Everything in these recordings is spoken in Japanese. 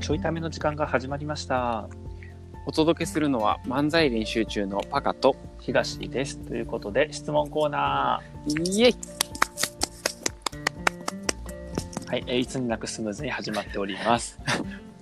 ちょいための時間が始まりました。お届けするのは漫才練習中のパカと東です。ということで、質問コーナイエイー。はい、えーいつになくスムーズに始まっております。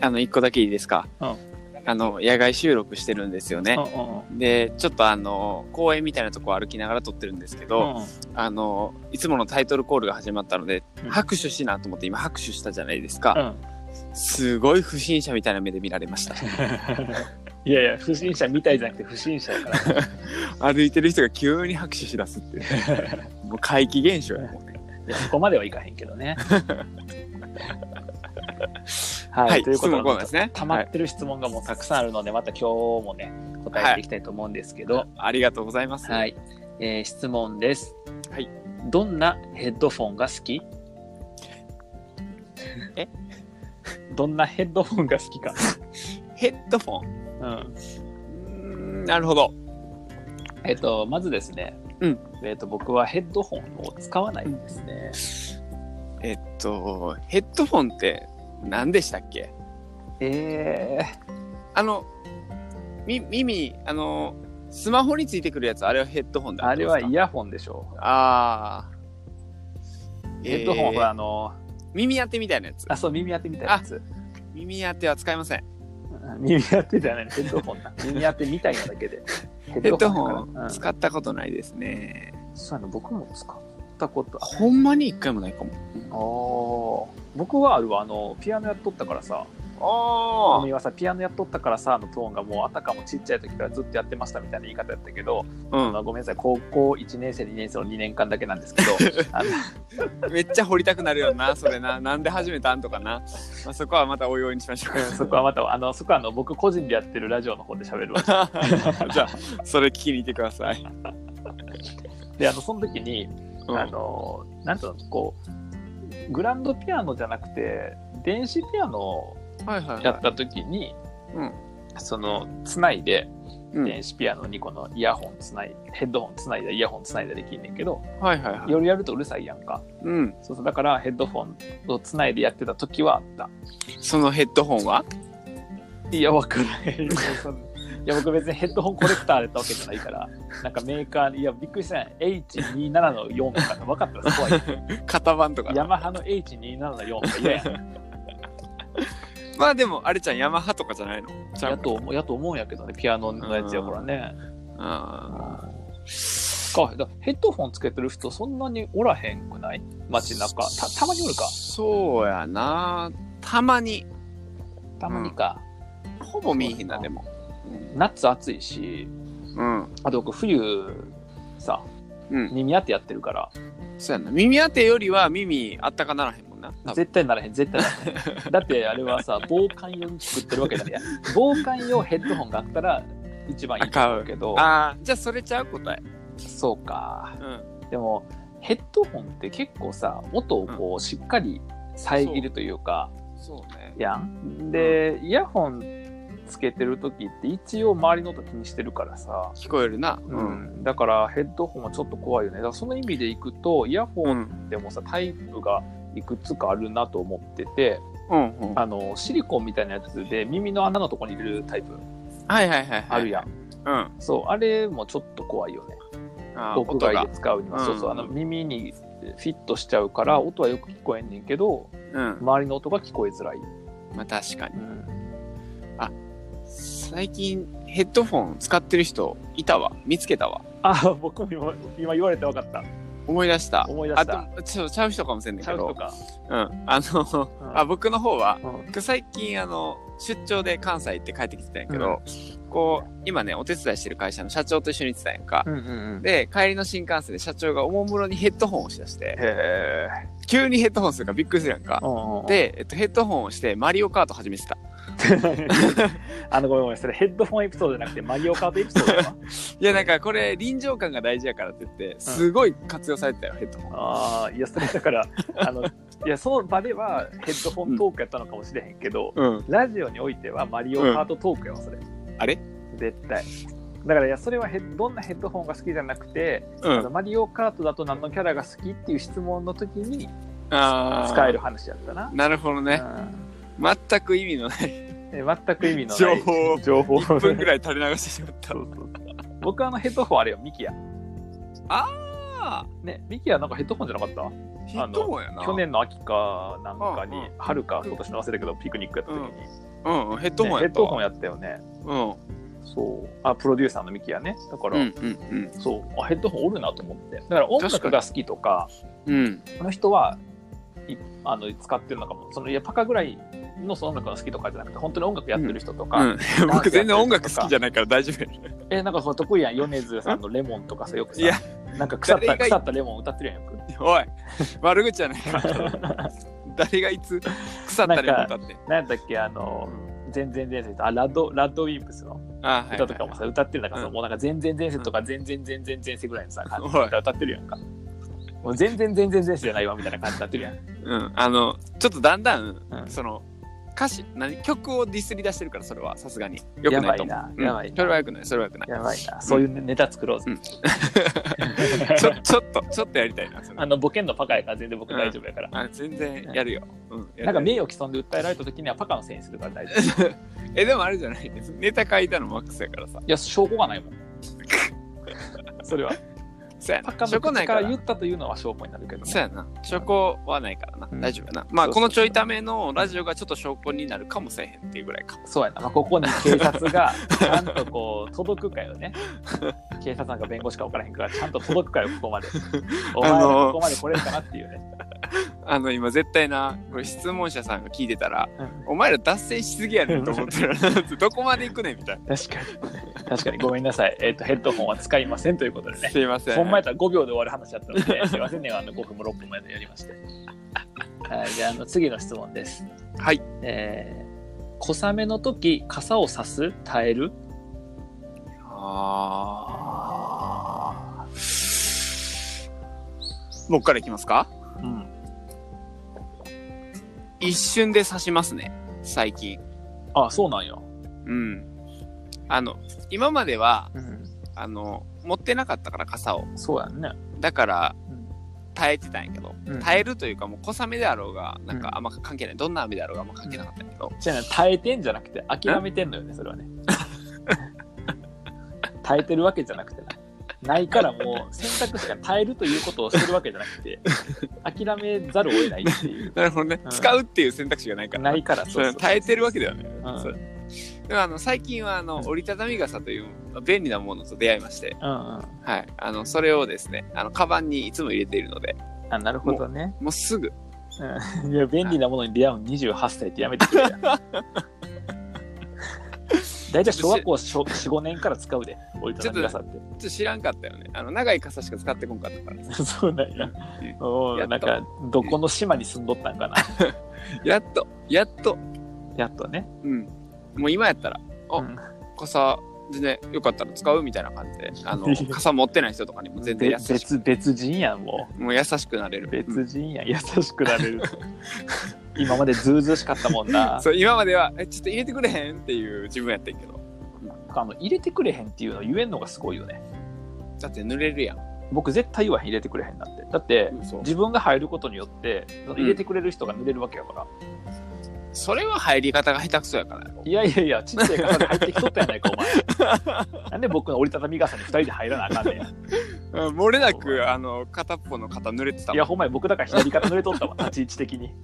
あの一個だけいいですか、うんあの野外収録してるんですようねん、うんでちょっとあの公園みたいなとこ歩きながら撮ってるんですけうど、ん。うんあのいつものタイトルコールが始まったので、うん拍手しなと思って今拍手したじゃないですうか、ん。すごい不審者みたいな目で見られ ましたいやいや、不審者みたいじゃなくて不審者だから。歩いてる人が急に拍手しだすっていうね もう怪奇現象やもんねいやそこまではいかへんけどね。 はい、はいということ質問コーナーですね溜まってる質問がもうたくさんあるので、また今日もね、答えていきたいと思うんですけど、はい、ありがとうございます、えー質問です。はい。どんなヘッドフォンが好き え どんなヘッドフォンが好きか。ヘッドフォンうん。うーんなるほどえっと、まずですね、うんえっと、僕はヘッドホンを使わないんですね。えっと、ヘッドフォンって何でしたっけえー、あの、み、耳、あの、スマホについてくるやつ、あれはヘッドホンだあれはどうイですヤホンでしょうか。あーヘッドホンえーはあの、耳当てみたいなやつ。あ、そう、耳当てみたいなやつ。耳当ては使いません。うん耳当てじゃない、ヘッドホン な。耳当てみたいなだけで。ヘヘッドだホからうンん使ったことないですね。そうやの、僕も使ったことあほんまに一回もないかも。あー僕はあるわ、あの、ピアノやっとったからさ、あ君はさ、ピアノやっとったからさ、のトーンがもうあたかもちっちゃい時からずっとやってましたみたいな言い方やったけど、まあ。あごめんなさい、高校1年生、2年生の2年間だけなんですけ ど、あのうん。めっちゃ掘りたくなるよな、それな。なんで始めたんとかな。まあ、そこはまたおいおいにしま しょう うんそこはまた、あの、そこはあの、僕個人でやってるラジオの方で喋る わ。か。じゃあ、それ聞きに行ってください。で、あの、その時に、うんあのなんとこうグランドピアノじゃなくて電子ピアノをはいはい、はい。やった時に、うんそのつないでうん電子ピアノにこのイヤホンつないヘッドホンつないだイヤホンつないだできんねんけどはいはいはい。夜やるとうるさいやんかうん。そうそうだからヘッドホンをつないでやってた時 はあったそのヘッドホンはいやわからへんそんないや僕別にヘッドホンコレクターだったわけじゃないからなんかメーカーでいやびっくりしたん H27 の4とかって分かったらすごい型番とかヤマハの H27 の4とか嫌やんまあでもあれちゃんヤマハとかじゃないのちゃやうかと思うやと思うんやけどね、ピアノのやつやからね。あかだヘッドホンつけてる人、そんなにおらへんくない街中た。たまにおるかー。そうやなたまにたまにか。ほぼ見えへんなそうでやも夏暑いし、うんあと僕、冬、さ、うん耳当てやってるから、そうやな耳当てよりは耳あったかならへんもんな多分絶対ならへん、絶対ならへん。だってあれは さ、防寒用に作ってるわけだね。いや防寒用ヘッドホンがあったら、一番いいと思うけど、ああじゃあそれちゃう答えそうか。うんでも、ヘッドホンって結構さ、音をこう、しっかり遮るというか、そうねやん。で、イヤホンつけてる時って一応周りの音気にしてるからさ、聞こえるなうんだからヘッドホンはちょっと怖いよね。だからその意味でいくとイヤホうンんでもさタイプがいくつかあるなと思っててうんうんはあのシリコンみたいなやつで耳の穴のとこに入れるタイプいはいはいはいあるやん、うんあそうあれもちょっと怖いよねー屋音が外で使うには、うんそうそうあの耳にフィットしちゃうから音はよく聞こえんねんけどうん周りの音が聞こえづらい、まあ確かうにん、最近ヘッドフォン使ってる人いたわ見つけたわあ僕も今今言われて分かった思い出した思い出したあとちょちゃう人かもしれんねんちゃうけどとか。うん、あの、うんあ僕の方はうん僕最近あの出張で関西行って帰ってきてたんやけど、こう今ねお手伝いしてる会社の社長と一緒に行ってたんやんか、うんうんうん。で帰りの新幹線で社長がおもむろにヘッドホンをしだしてへ急にヘッドホンするからびっくりするやんか、ー、で、えっと、ヘッドホンをしてマリオカート始めてた あのごめんごめん、それヘッドフォンエピソードじゃなくてマリオカートエピソードだわ。いやなんかこれ臨場感が大事やからって言ってすごい活用されてたよヘッドホンああ、いや、それだ から、あの、いや、その場ではヘッドフォントークやったのかもしれへんけど、うんラジオにおいてはマリオカートトークやわ、それ。あれ絶対。だから、いや、それはヘッどんなヘッドフォンが好きじゃなくて、うあのんマリオカートだと何のキャラが好きっていう質問の時にあー使える話やったな。なるほどね、うん全く意味のないえ全く意味のな情い報を情報1分ぐらい垂れ流してしまったそ。うそう 僕はあのヘッドホンあれよミキヤあねミキヤなんかヘッドホンじゃなかったーヒットホンやな。去年の秋かなんかに、うんうん春か今年の忘れたけどピクニックやった時に、ねうんうん、ヘッドホンヘやッったドホわ。ンやったよねうん。そうあプロデューサーのミキヤねだから、うんうんそうあヘッドホンおるなと思ってだから音楽が好きとかうん。うん。あの人はいあの使ってるのかもそのいやパカぐらいのその音楽が好きとかじゃなくて本当に音楽やってる人とか、うん、 僕全然音楽好きじゃないから大丈夫やえなんかその得意やん米津さんの「レモン」とかさよくさいやなんか腐っ誰たが腐ったレモン歌ってるやんよくおい悪口じゃないから誰がいつ腐ったりもたって何やったっけあの全然前世とあラッドラッドウィンプスのあはい歌とかもさ、歌ってる中さ、うんもうなんか全然前世とか全然全然前世ぐらいのさ感じ おのい歌歌ってるやんかもう全然全然前世じゃないわみたいな感じにな ってるやんうんあのちょっとだんだん、うんその歌詞何曲をディスり出してるからそれはさすがによくないと思うやばいなやばいなうんそれはよくないそれはよくないやばいなそういうネタ作ろうぜ、うん ちょちょっとちょっとやりたいなそれあのボケんのパカやから全然僕大丈夫やから、あ全然やるよ、うんやるなんか名誉毀損で訴えられた時にはパカのせいにするから大丈 夫。いえでもあれじゃないネタ書いたのマックスやからさや、証拠が ないもん。それは。そうやパなカしょのこな口いかからら言ったというのは証拠になるけどそうね。やな証拠はないからな、うん大丈夫やなまあそうそうそうこのちょいためのラジオがちょっと証拠になるかもせえへんっていうぐらいかそうやな。まあ、ここに警察 がちゃんとこう届くかよね。警察なんか弁護士か分からへんから、ちゃんと届く かよ、ここまで。お前らここまで来れるかなっていうね。あの今絶対なこれ質問者さんが聞いてたらうんお前ら脱線しすぎやねんと思ってる どこまで行くねんみたい確かに。確かに、ごめんなさい。えっ、と、ヘッドホンは使いませんということでなね。すいませんほんまやったら5秒で終わる話だったので、すいませんね、あの5分も6分もやりまして。はい、じゃああの、次の質問です。はいえー小雨の時傘を差す耐えるあー僕からいきますかうん一瞬で刺しますね最近あそうなんやうんあの今まではうんあの持ってなかったから傘をそうやんねだからうん耐えてたんやけど、うん耐えるというかもう小雨であろうがなんうかあんま関係ない、どんな雨であろうがあんま関係なかったんやけど、じゃあ耐えてんじゃなくて諦めてんのよねそれはね 耐えてるわけじゃなくてねないからもう選択肢が耐えるということをするわけじゃなくて諦めざるを得ないっていうなるほどね、うん使うっていう選択肢がないからないからそれ耐えてるわけではない、うんそうでもあの最近はあの、うん折りたたみ傘という便利なものと出会いまして、うんうんはい、あのそれをですねあのカバンにいつも入れているのであなるほどねもうすぐいや便利なものに出会う28歳ってやめてくれや大体小学校45年から使うで折りたたみ傘ってちょっと知らんかったよねあの長い傘しか使ってこんかったから そうなんや。おーやっなとんか、どこの島に住んどったんかな。やっとやっとやっとね。うんもう今やったらあうん傘全然よかったら使うみたいな感 じであの傘持ってない人とかにも全べ然優し別、別人やん、もくもう優しくなれるう。別人やん、優しくなれる。今までずうずうしかったもんな。 そう今まではえちょっと入れてくれへんっていう自分やったんやけどあの入れてくれへんっていうの言えんのがすごいよね。だって濡れるやん僕絶対言わへん入れてくれへんなんて。だって、そ自分が入ることによって、その入れてくれる人が濡れるわけやから。れは入り方が下手くそやからやろいやいやいや、ちっちゃい傘で入ってきとったやないか、お前。 なんで僕の折りたたみ傘に二人で入らなあかんねん。うん漏れなくあの片っぽの肩濡れてたいもや、んほんまに僕だから左肩濡れとったわ、立ち位置的に。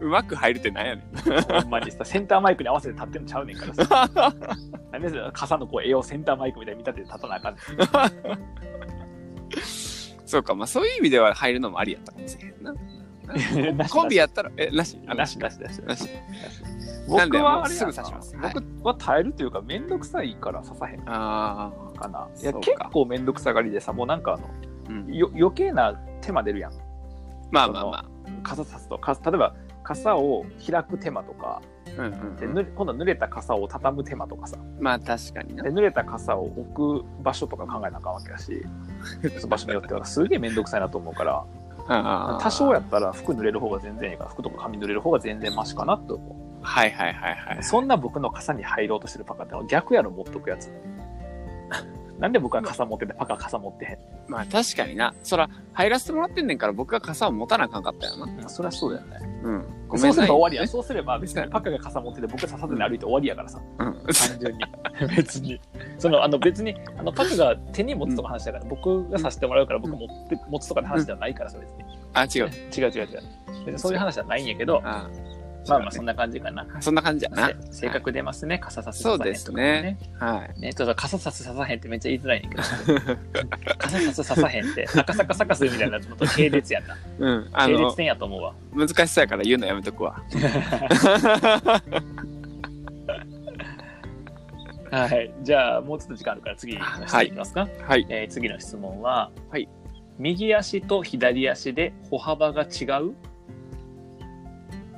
うまく入るってなんやねんほんまにさ、センターマイクに合わせて立ってんのちゃうねんから さ。なんでさ傘のこう絵をセンターマイクみたいに見立てて立たなあかんねん。そうかまあそういう意味では入るのもありやったかもしれへん ななしコンビやったらえなしあなしなしなしなしなん僕でもはうあれやすなぐ刺しますはい僕は耐えるというか、めんどくさいから刺さへんあかな。いや、そう結か構めんどくさがりでさ、もうなんかあの、ー、うん、よ余計な手間出るやん。まあまあま傘刺すと。か例えば、傘を開く手間とか、あ、うんうんでぬれ今度は濡れた傘を畳む手間とかさ、まあ確かになで濡れた傘を置く場所とか考えなあかんわけだし、 その場所によってはすげえめんどくさいなと思うから、あー多少やったら服濡れる方が全然いいから服とか髪濡れる方が全然マシかなと思はいはいはいはいう そんな僕の傘に入ろうとしてるパカって逆やろ持っとくやつなんで僕は傘持ってて、パカ傘持ってへんまあ確かにな。そら、入らせてもらってんねんから僕が傘を持たなあかんかったよな。の、そりゃそうだよね。うん。そうすれば終わりや。ねそうすれば別にパカが傘持ってて、僕が刺さずに歩いて終わりやからさ。うん。単純に。別に。その、あの別に、あの、パカが手に持つとか話だから、僕が刺してもらうから僕持って、持つとかの話ではないからさ、別に。あ、違う。違う違う違う。別にそういう話じゃないんやけど、あまあまあそんな感じかな。あそんな感じやな。せ性格出ますね、傘さすそうですね。はい。ね、ちょっと傘さすささへんってめっちゃ言いづらいねんけど傘さすささへんって赤坂サカスみたいになっちょっと系列やんなうん。あ系列の、店やと思うわ難しそうやから言うのやめと くわ。はいじゃあもうちょっと時間あるから次の質問いきますか、はい。えー次の質問は、はい右足と左足で歩幅が違うっ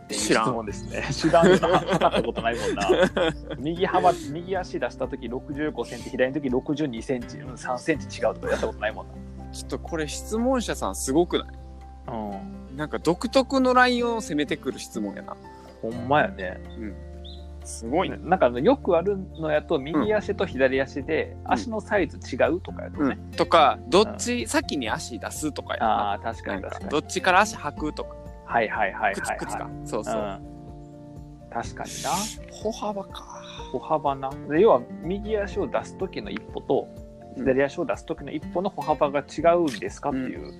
ていう知らん質問ですね知らんよな測ったことないもんな右幅右足出した時6 5センチ左の時6 2センチうん3センチ違うとかやったことないもんちょっとこれ質問者さんすごくないなうんなんか独特のラインを攻めてくる質問やな。ほんまやねうん。すごいね。なんかあのよくあるのやと右足と左足でん足のサイズ違うとかやとうね、ん。とか、どっち先に足出すとかやな。ああ確かなにん確かかにどっちから足履くとか。はいはいはい靴、はい靴はか。そうそう。い、うん、確かにな歩幅か。歩幅なで要は右足を出す時の一歩とうん左足を出す時の一歩の歩幅が違うんですかっていう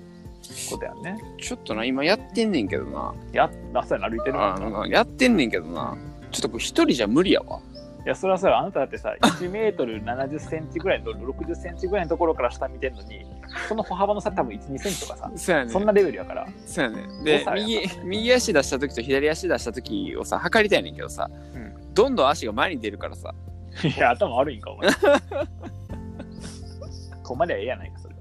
ことやね、ちょっとな、今やってんねんけどな。やっ朝に歩いてるもんあなのやってんねんけどな。ちょっとこれ一人じゃ無理やわ。いやそれはそれあなただってさ1メートル7 0ンチぐらいの6 0ンチぐらいのところから下見てるのにその歩幅の差多分1 2センチとかさそうやねそんなレベルやから、そうやねで誤差やな右右足出した時と左足出した時をさ測りたいねんけどさ、んどんどん足が前に出るからさいや、頭悪いんか、お 前。こまではええやないか、それは。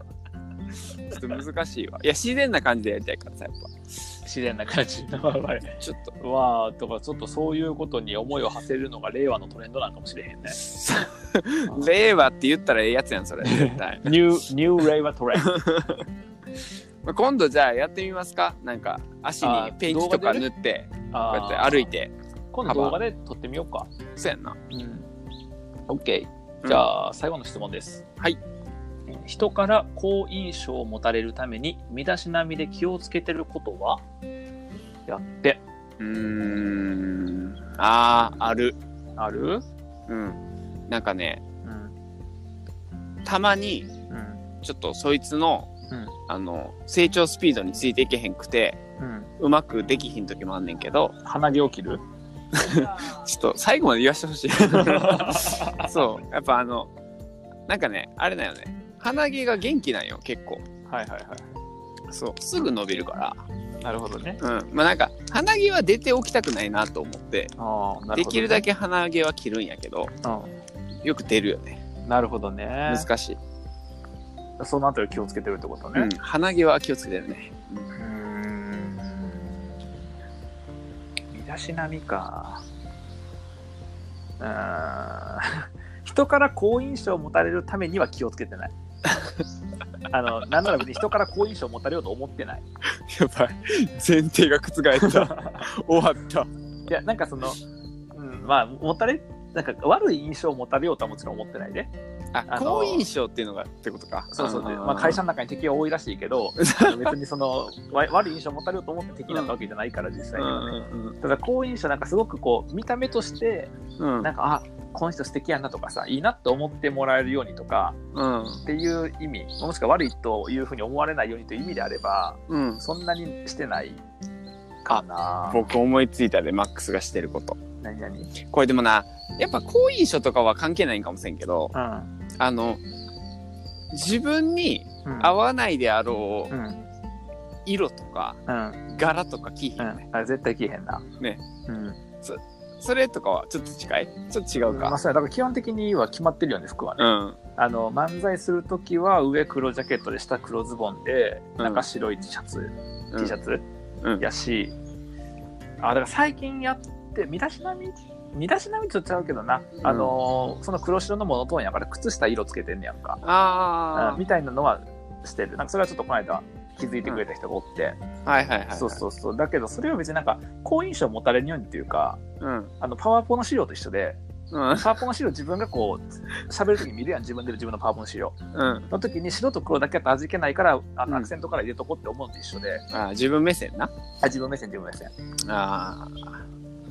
ちょっと難しい わいや自然な感じでやりたいからさやっ自然な感じ。まあまぱちょっあ、とわあ、とか、ちょっとそういうことに思いを馳せるのが令和のトレンドなんかもしれへんね。令和って言ったらええやつやんそ れ絶対ニュー、ニュー令和トレン ド。まあ今度じゃあやってみますかなんか足あにペンキと動画かで塗ってこうやあっーて歩い。て今度動画で撮ってみようか。そうやんなうん。OK。じゃあ、最後の質問です。はい。人から好印象を持たれるために身だしなみで気をつけてることはやってうーんあーあるあるうんなんかねうんたまにうんちょっとそいつの、うんあの成長スピードについていけへんくてうんうまくできひん時もあんねんけど鼻毛を切るちょっと最後まで言わしてほし いそうやっぱあのなんかねあれだよね鼻毛が元気なんよ結構はいはいはそうすぐ伸びるかい。なるほどね。らうんまあなんか鼻毛は出ておきたくないなと思ってああ、なできるだけ。け鼻毛は切るんやけどうよく出るよねん。なるほどね。難しい、そのあたり気をつけてるってことうねん。、鼻毛は気をつけてるねうーん。身だしなみか。うーん。 人から好印象を持たれるためには気をつけて ない。あの、なんなら別に人から好印象を持たれようと思ってない。やばい前提が覆った 終わったいや、なんかその、うん、まあ、持たれ、なんか悪い印象を持たれようとはもちろん思ってないで。あ、あの好印象っていうのがってことか。そうそうで、んまあ、会社の中に敵は多いらしいけ どあの別にそのわ悪い印象を持たれようと思って敵だったわけじゃないから実際うにんはね、うんただ好印象なんかすごくこう見た目としてうんなんかあこの人素敵やなとかさいいなって思ってもらえるようにとかうんっていう意味もしくは悪いというふうに思われないようにという意味であればうん。そんなにしてないかな僕思いついたでマックスがしてること。何々うんこれでもな、やっぱ好印象とかは関係ないんかもしれんけど、あの自分にうん合わないであろううん色とかうん柄とか着ひんうよね、んあ絶対消えへんなねうんそれとかはちょっと近い。ちょっと違うまあか。そうやだから基本的には決まってるよね服はねうん。あの漫才するときは上黒ジャケットで下黒ズボンでうん中白い T シャツ、うん T シャツ、うんやしあだから最近やって身だしなみ身だしなみちょっとちゃうけどな、んあのーその黒白のモノトーンやから靴下色つけてんねやんかあうんみたいなのはしてるなんかそれはちょっとこの間気づいてくれた人がおって、あ。はいはいはいはい。そうそうそうだけどそれは別になんか好印象持たれるようにっていうかうん。 あのパワポの資料と一緒でうんパワポン資料自分がこう喋るとき見るやん自分で自分のパワポン資料うんの時に白と黒だけだと味気ないからあうんのアクセントから入れとこうって思うのと一緒で、あ自分目線なあ自分目線自分目線あ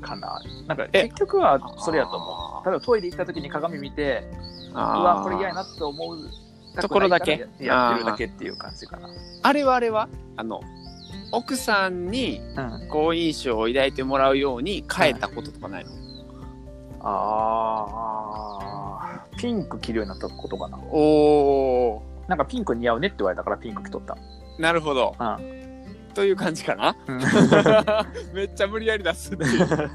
かななんかえ結局はそれやと思思う例えばトイレ行った時に鏡見てううあわこれ嫌やななって思うところだけやってるだけっていう感じかなあれはあれはあの奥さんにうん好印象を抱いてもらうように変えたこととかないの、あーピンク着るようになったことかなおおなんかピンク似合うねって言われたからピンク着とったなるほどうという感じか なめっちゃ無理やり出すっていう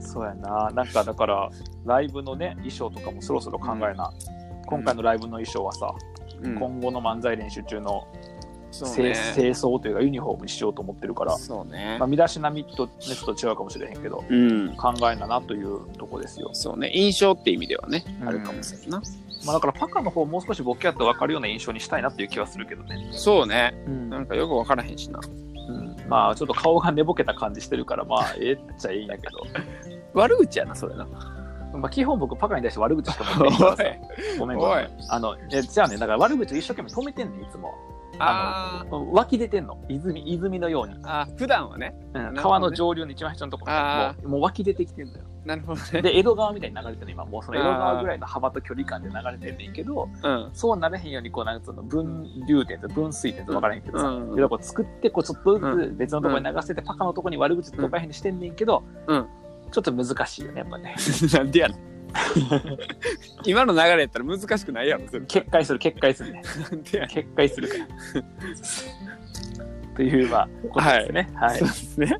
そうやななんかだからライブのね衣装とかもそろそろ考えな、今回のライブの衣装はさ、うん今後の漫才練習中のそう清,、ね掃というかユニフォームにしようと思ってるから、そうねまあ、身だしなみとねちょっと違うかもしれへんけどうん考えななというとこですよ、そうね印象って意味ではね、うんあるかもしれんなまあ、だからパカの方もう少しボケやと分かるような印象にしたいなっていう気はするけどね、そうねうんなんかよく分からへんしなまあちょっと顔が寝ぼけた感じしてるからまあええっちゃいいんやけ悪口やなそれなど、 まあ、基本僕パカに対して悪口しかお持いってないからさごめんごめ おいんあのえじゃあねだから悪口を一生懸命止めてんねんいつもあ湧き出てんの泉泉のように、ーあー普段はねうんね川の上流の一番下のところあもうもう湧き出てきてんのよなるほどねで江戸川みたいに流れてるの今もうその江戸川ぐらいの幅と距離感で流れてんねんけどうんそうなれへんようにこうなんかその分流点と分水点と分からへんけどさ、うんいろいろこう作ってこうちょっとずつ別のところに流せて、パカのところに悪口とかへんにしてんねんけど、うんちょっと難しいよねやっぱね なんでやろ今の流れやったら難しくないやろ絶決壊対する決壊するねなんでや決壊するから というまあことですねはいそうですね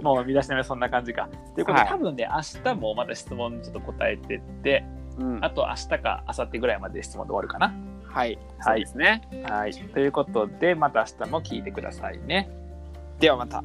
もう見出しなみはそんな感じか。ということで、はい多分ね、明日もまた質問ちょっと答えてって、うんあと明日か明後日ぐらいまで質問で終わるかな。はいそはういですねはい。ということで、また明日も聞いてくださいね。ではまた